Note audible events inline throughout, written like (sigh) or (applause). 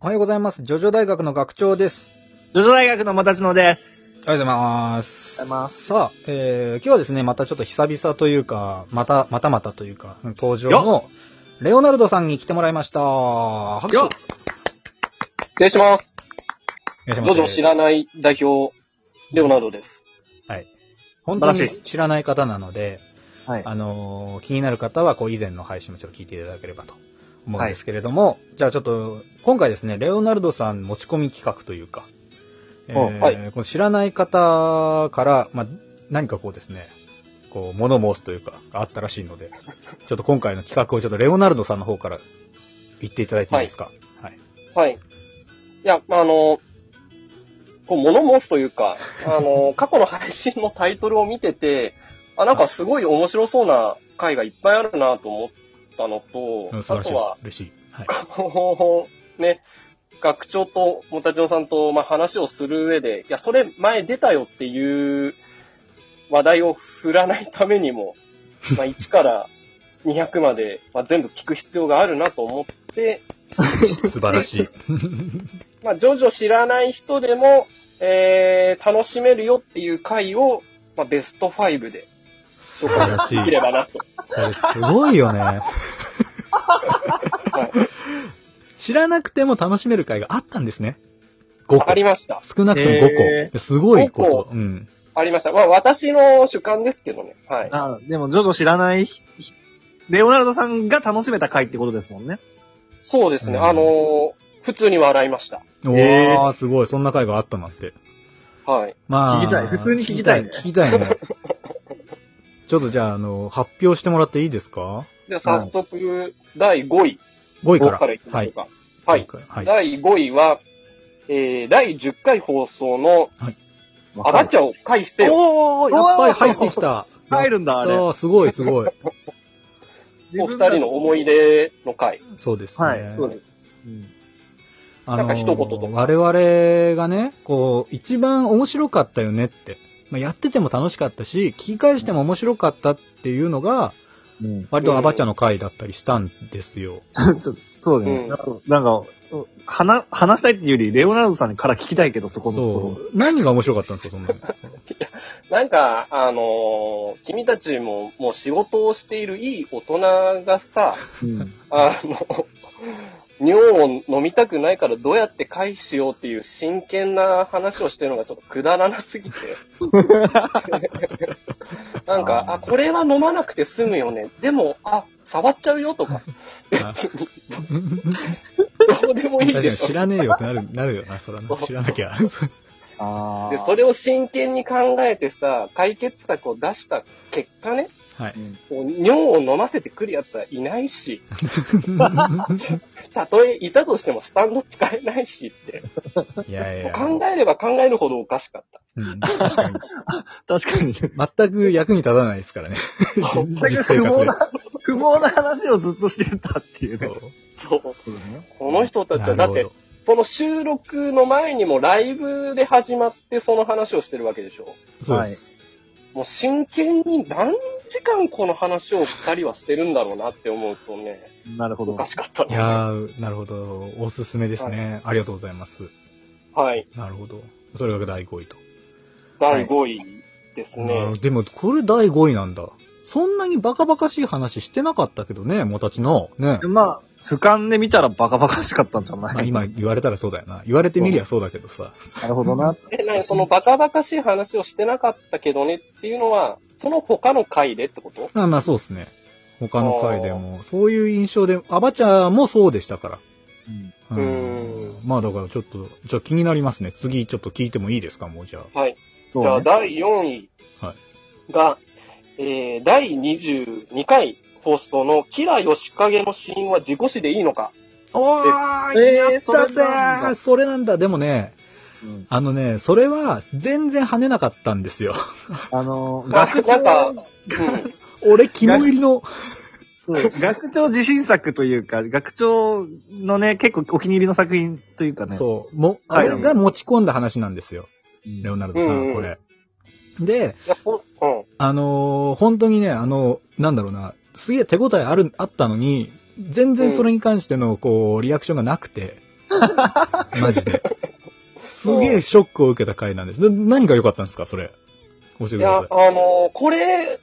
おはようございます。ジョジョ大学の学長です。ジョジョ大学のまたちのです。おはようございます。。おはようございますさあ、えー、今日はですね、またちょっと久々というか、また、またまたというか、登場の、レオナルドさんに来てもらいました。拍手よっ失礼します。お願いしますどうぞ知らない代表、レオナルドです。本当素晴にらし知らない方なので、はい。あのー気になる方は、こう、以前の配信もちょっと聞いていただければと思うんですけれども、じゃあちょっと、今回ですね、レオナルドさん持ち込み企画というか、えーおはこの知らない方から、まあ、何かこうですね、こう、物申すというか、あったらしいので、ちょっと今回の企画をちょっとレオナルドさんの方から言っていただいていいですか。はい。はい。いや、まああの、こう、物申すとい (laughs) うか、あの、過去の配信のタイトルを見てて、あ、なんかすごい面白そうな回がいっぱいあるなと思ったのとうん、素晴あらし。、とはい嬉しい。はい。こう、ね、学長ともたちのさんと、まあ、話をする上で、いや、それ前出たよっていう話題を振らないため (laughs) にも、まあ、1から200まで、まあ、全部聞く必要があるなと思って、素晴らしい。まあ、ジョジョ知らない人でも、えー、楽しめるよっていう回を、まあ、ベスト5で、素晴らしい。できればなと。これすごいよね。知らなくても楽しめる回があったんですね。5あり個。ました。少なくともへ5個。すごいこと五。うん。ありました。まあ、私の主観ですけどね。はい。あでも、ジョジョ知らないひ、ひレオナルドさんが楽しめた回ってことですもんね。そうですね。うんあのー普通に笑いました。おへー、すごい。そんな回があったなんて。はい。まあ。聞きたい普通に聞きたいね聞きたい (laughs) ね。ちょっとじゃあ、あの、発表してもらっていいですかでは早速、第5位 ?5 位か。かららいきまはしい。ょうか。はい。はい。第5位は、えー、第10回放送の、アあバチャを返してよおー、やっぱり入ってきた。入るんだ、あれ。ああ、すごい、すごい。お二人の思い出の回。そうですね。はいそうですうん。あなんか一言とか我々がね、こう、一番面白かったよねって。まあ、やってても楽しかったし、聞き返しても面白かったっていうのが、うん。割とアバチャの回だったりしたんですよ。ちょそうだね。うんなんかなんか、話、話したいっていうより、レオナルドさんから聞きたいけど、そこのとそこう。何が面白かったんですか、 (laughs) そんなの。なんか、あのー君たちももう仕事をしているいい大人がさ、ろ。うん。あの、尿を飲みたくないからどうやって回避しようっていう真剣な話をしてるのがちょっとくだらなすぎ (laughs) て。なんあーか、あ、これは飲まなくて済むよね。でも、あ、触っちゃうよとか、あどうでもいい確かでにしょ知。らねえよってなる、なるよな、そらな。知らなきゃ。 (laughs) あ (laughs) で、それを真剣に考えてさ、解決策を出した結果ね、 (laughs) はい。こう尿を飲ませてくるやつはいないし、たとえいたとしてもスタンド使えないしって、いやいもや。う考えれば考えるほどおかしかった。うん確かに確かに。全く役に立たないですからね。全く不毛な、不毛な話をずっとしてたっていうね。 (laughs) そそう。うだね。この人たち (laughs) は、だって、その収録の前にもライブで始まってその話をしてるわけでしょ。そうです。もう真剣に何時間この話を二人はしてるんだろうなって思うとね、なるほおどか。しかったいね。やー、なるほど。おすすめですね。ありがとうございます。はい。なるほど。それが第5位と。第5位ですなねる。でも、これ第5位なんだ。そんなにバカバカしい話してなかったけどね、もたちの。ね。まあ、俯瞰で見たらバカバカしかったんじゃないまあ今言われたらそうだよな。言われてみりゃそうだけどさ。なるほどな。え、なにそのバカバカしい話をしてなかったけどねっていうのは、その他の回でってことまあまあそうですね。他の回でも、そういう印象で、アバチャもそうでしたから。うん。ううまあだからちょっと、じゃあ気になりますね。次ちょっと聞いてもいいですか、もうじゃあ。はい。そじゃうあ、ね。第4位はが、えー、第22回放送のキラヨシカゲの死因は事故死でいいのか。おーやったぜーそれなんだ。でもね、うんあのね、それは全然跳ねなかったんですよ。 (laughs) あのー、な学なんか、うん、俺、肝入りの、そう、 (laughs) 学長自信作というか、学長のね、結構お気に入りの作品というかね。そう、も、はい俺が持ち込んだ話なんですよ。うん。レオナルドさうんうんん、これ。で、いやほうんあのー本当にね、あの、なんだろうな、 (laughs) すげえ手応えある、あったのに、全然それに関しての、こう、リアクションがなくて、マジで。すげえショックを受けた回なんです。な何が良かったんですか、それ。教えていくだやさい、。あのこれ、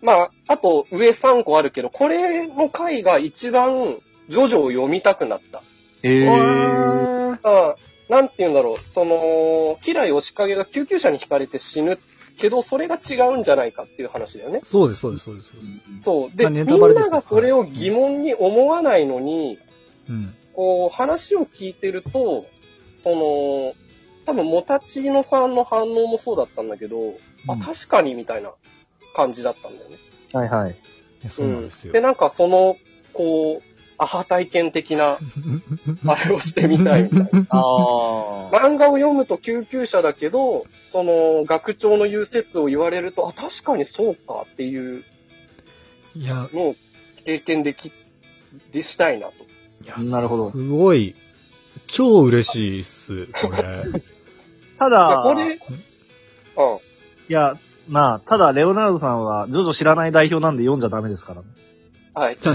まあ、あと上3個あるけど、これの回が一番、ジョジョを読みたくなった。えー。わーあなんて言うんだろう、その、キライ・オシカゲが救急車にひかれて死ぬけど、それが違うんじゃないかっていう話だよね。そうです、そうです、そうです。そうですそう。で、まあみネんタバレでなすねがそれを疑問に思わないのに、うん。こう、話を聞いてると、その、多分、モタチーノさんの反応もそうだったんだけど、うあ、ん確かにみたいな感じだったんだよね。はいはい。いやそうなんですよで、。なんかその、こう、アハ体験的な、あれをしてみたいみたいな。 (laughs) ああ。漫画を読むと救急車だけど、その、学長の言う説を言われると、あ、確かにそうかっていう (laughs) いや、のを経験でき、でしたいなと。いやなるほどすごい、超嬉しいっす、これ。 (laughs) たいやだ、これ、うん。いや、まあ、ただ、レオナルドさんは、ジョジョ知らない代表なんで読んじゃダメですからね。はい。さ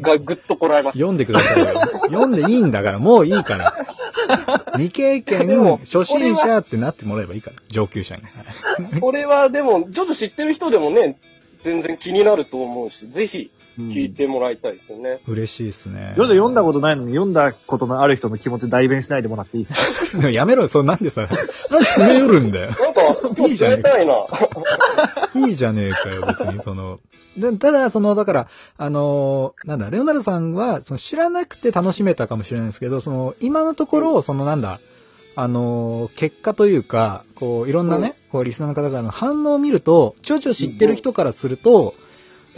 が、ぐっとこらえます。読んでください (laughs) よ。読んでいいんだから、もういいから。未経験でも、初心者ってなってもらえばいいから、上級者に。はい (laughs) これはでも、ちょっと知ってる人でもね、全然気になると思うし、ぜひ聞いうんてもらいたいですよね。嬉しいっすね。ジョジョ読んだことないのに、読んだことのある人の気持ち代弁しないでもらっていいですかと。やめろよ、そうなんでさ、なんで詰め寄るんだよ。なんか、今いい日じゃねえ冷たいな。いいじゃねえかよ、別に、その。 (laughs) でただ、その、だから、あのーなんだ、レオナルドさんは、その、知らなくて楽しめたかもしれないですけど、その、今のところ、その、なんだ、あのー結果というか、こう、いろんなね、こう、リスナーの方からの反応を見ると、ちょいちょい知ってる人からすると、うん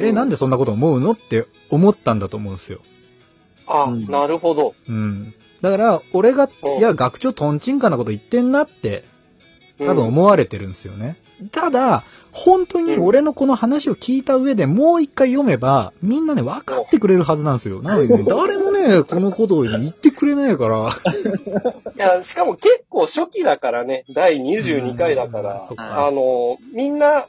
え、なんでそんなこと思うのって思ったんだと思うんですよ。あ、うんなるほど。うん。だから、俺が、うんいや、学長とんちんかなこと言ってんなって、うん多分思われてるんですよね。ただ、本当に俺のこの話を聞いた上でもう一回読めば、みんなね、分かってくれるはずなんです (laughs) よ。なのにね、誰もね、このことを言ってくれないから。いや、しかも結構初期だからね、第22回だかうんらそっ、かあの、みんな、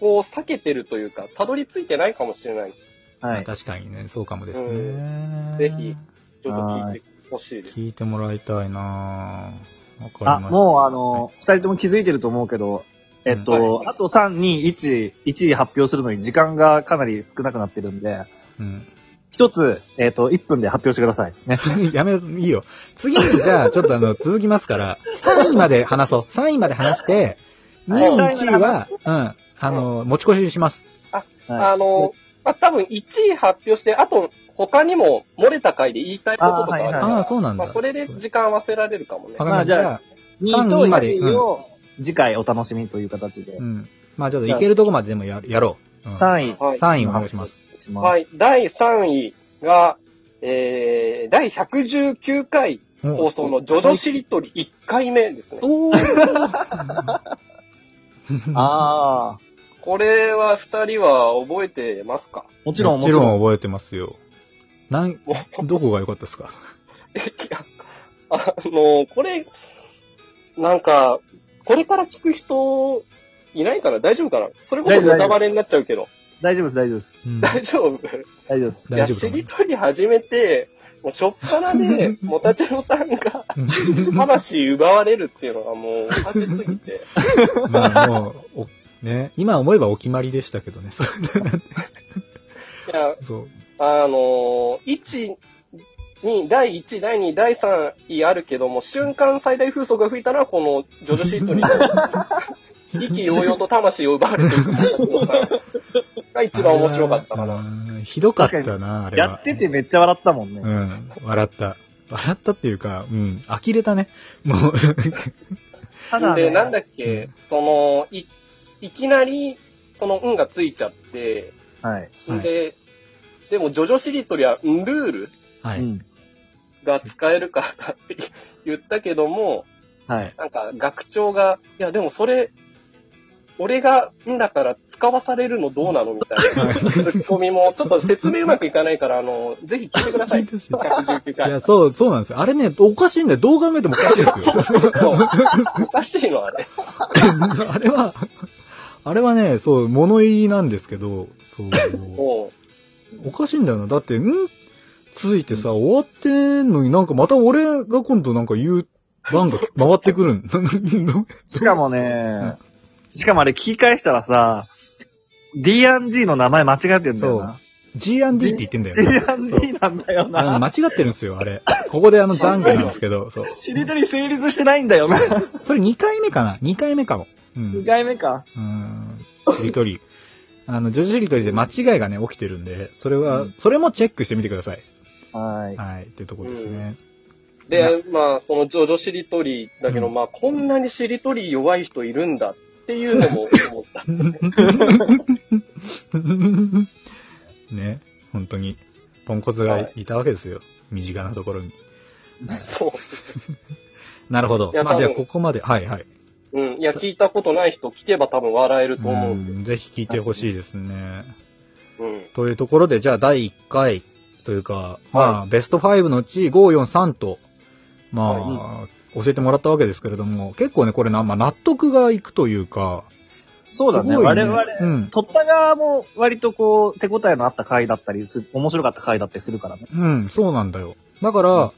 こう、避けてるというか、たどり着いてないかもしれない。まはあい。確かにね、そうかもですうね。ぜひ。ちょっと聞いてほしいです。聞いてもらいたいなぁ。わかりまあ、した。もうあの、二、人とも気づいてると思うけど、えっと、あと3、2、1、1位発表するのに時間がかなり少なくなってるんで、うん。 (laughs) 一つ、えっと、1分で発表してください。ね。やめ、いいよ。次に、じゃあ、ちょっとあ (laughs) の、続きますから、3位まで話そう。3位まで話して、2位、はい1位は、うん、あの、持ち越しにします。はいあの、まあ、多分1位発表して、あと、他にも漏れた回で言いたいこととかあるから、はいああ、そうなんまあ、だ。それで時間合わせられるかもねわ。かりました。まあじじゃゃあ、三2位と位まで1位を次回お楽しみという形でう、ん。まあちょっといけるとこまででもややろう。うん、 3位はい。 3位お願いします。します。はい。第3位が、えー、第119回お放 (laughs) 送のジョジョしりとり1回目ですね。おーああ、これは2人は覚えてますか (laughs) ももちろん、もちろん。覚えてますよ。なん、もうどこが良かったですかいや、あの、これ、なんか、これから聞く人、いないかな大丈夫かなそれこそ大丈夫ネタバレになっちゃうけど。大丈夫です、大丈夫です。 (laughs) うん大丈夫大丈夫です。いや、大丈夫しかなりとり始めて、もう、しょっぱ (laughs) なで、もたちのさんが、魂奪われるっていうのがもう、おかしす (laughs) ぎて。まあもう、おね、今思えばお決まりでしたけどね。そういや、そう。あのー、1、に第1、第2、第3位あるけども、瞬間最大風速が吹いたら、このジョジョシ (laughs) ートに、意気揚々と魂を奪われていくが一番面白か (laughs) ったかあな。ー。ひどかったな、あれは。やっててめっちゃ笑ったもんね。うん、笑った。笑ったっていうか、うん、呆れたね。もう、ただ、で、ね、なんだっうけ、その、い、いきなり、その、運がついちゃって、はい。はいで、でも、ジョジョしりとりは、ルールはうい。ん。が使えるからって言ったけども、はい。なんか、学長が、いや、でもそれ、俺が、んだから使わされるのどうなのみたいなツッコミも、ちょっと説明うまくいかないから、あの、ぜひ聞いてください。聞いてほしい119い回。や、そう、そうなんですよ。あれね、おかしいんだよ。どう考えてもおかしいですよ。 (laughs) そうおかしいのはね。あれは、あれはね、そう、物言いなんですけど、そう、もおかしいんだよな。だって、んついてさ、終わってんのになんかまた俺が今度なんか言う番が回ってくるん。しかもね、しかもあれ聞き返したらさ、D&G の名前間違ってんだよな。 (laughs) G&G って言ってんだよね。 D&G なんだよあのな。間違ってるんですよ、あれ。ここであの残悔なんですけど、そう。しりとり成立してないんだよな。それ2回目かな ?2 回目かも。う2ん。回目か。うん。しりとり。あの、女子しりとりで間違いがね、起きてるんで、それは、うんそれもチェックしてみてください。はい。はい、っていうところですね。で、まあ、そのジョジョしりとりだけど、うんまあ、こんなにしりとり弱い人いるんだっていうのも思 (laughs) った。ね、本当に、ポンコツがいたわけですよ。身近なところに。そう。なるほどい。やまあ、じゃあ多分ここまで、はいはい。うん。いや、聞いたことない人聞けば多分笑えると思ううんで。ん、ぜひ聞いてほしいですね。うん。というところで、じゃあ第1回というか、まあ、ベスト5のうち5、4、3と、まあ、教えてもらったわけですけれども、結構ね、これな、まあ、納得がいくというか、そうだね。すごい我々、うん。取った側も割とこう、手応えのあった回だったりす、面白かった回だったりするからね。うん、そうなんだよ。だから、うん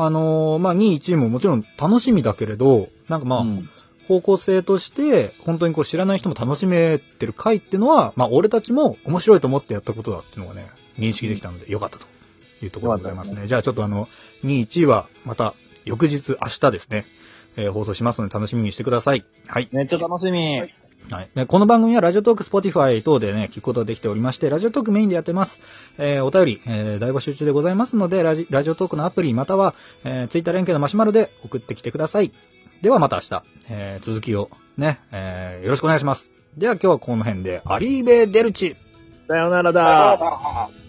あのーまあ、2位、1位ももちろん楽しみだけれど、なんかまあ、うん方向性として、本当にこう知らない人も楽しめてる回ってのは、まあ、俺たちも面白いと思ってやったことだっていうのがね、認識できたので、よかったというところでございますよかね。じゃあ、ちょっとあの、2位、1位は、また、翌日、明日ですね、えー放送しますので、楽しみにしてください。はい。めっちゃ楽しみ。はいはい。でこの番組はラジオトーク、スポティファイ等でね、聞くことができておりまして、ラジオトークメインでやってます。えーお便り、えー大募集中でございますので、ラジラジオトークのアプリ、または、えーツイッター連携のマシュマロで送ってきてください。ではまた明日、えー続きをね、えーよろしくお願いします。では今日はこの辺で、アリーベ・デルチ。さようならだ。あらら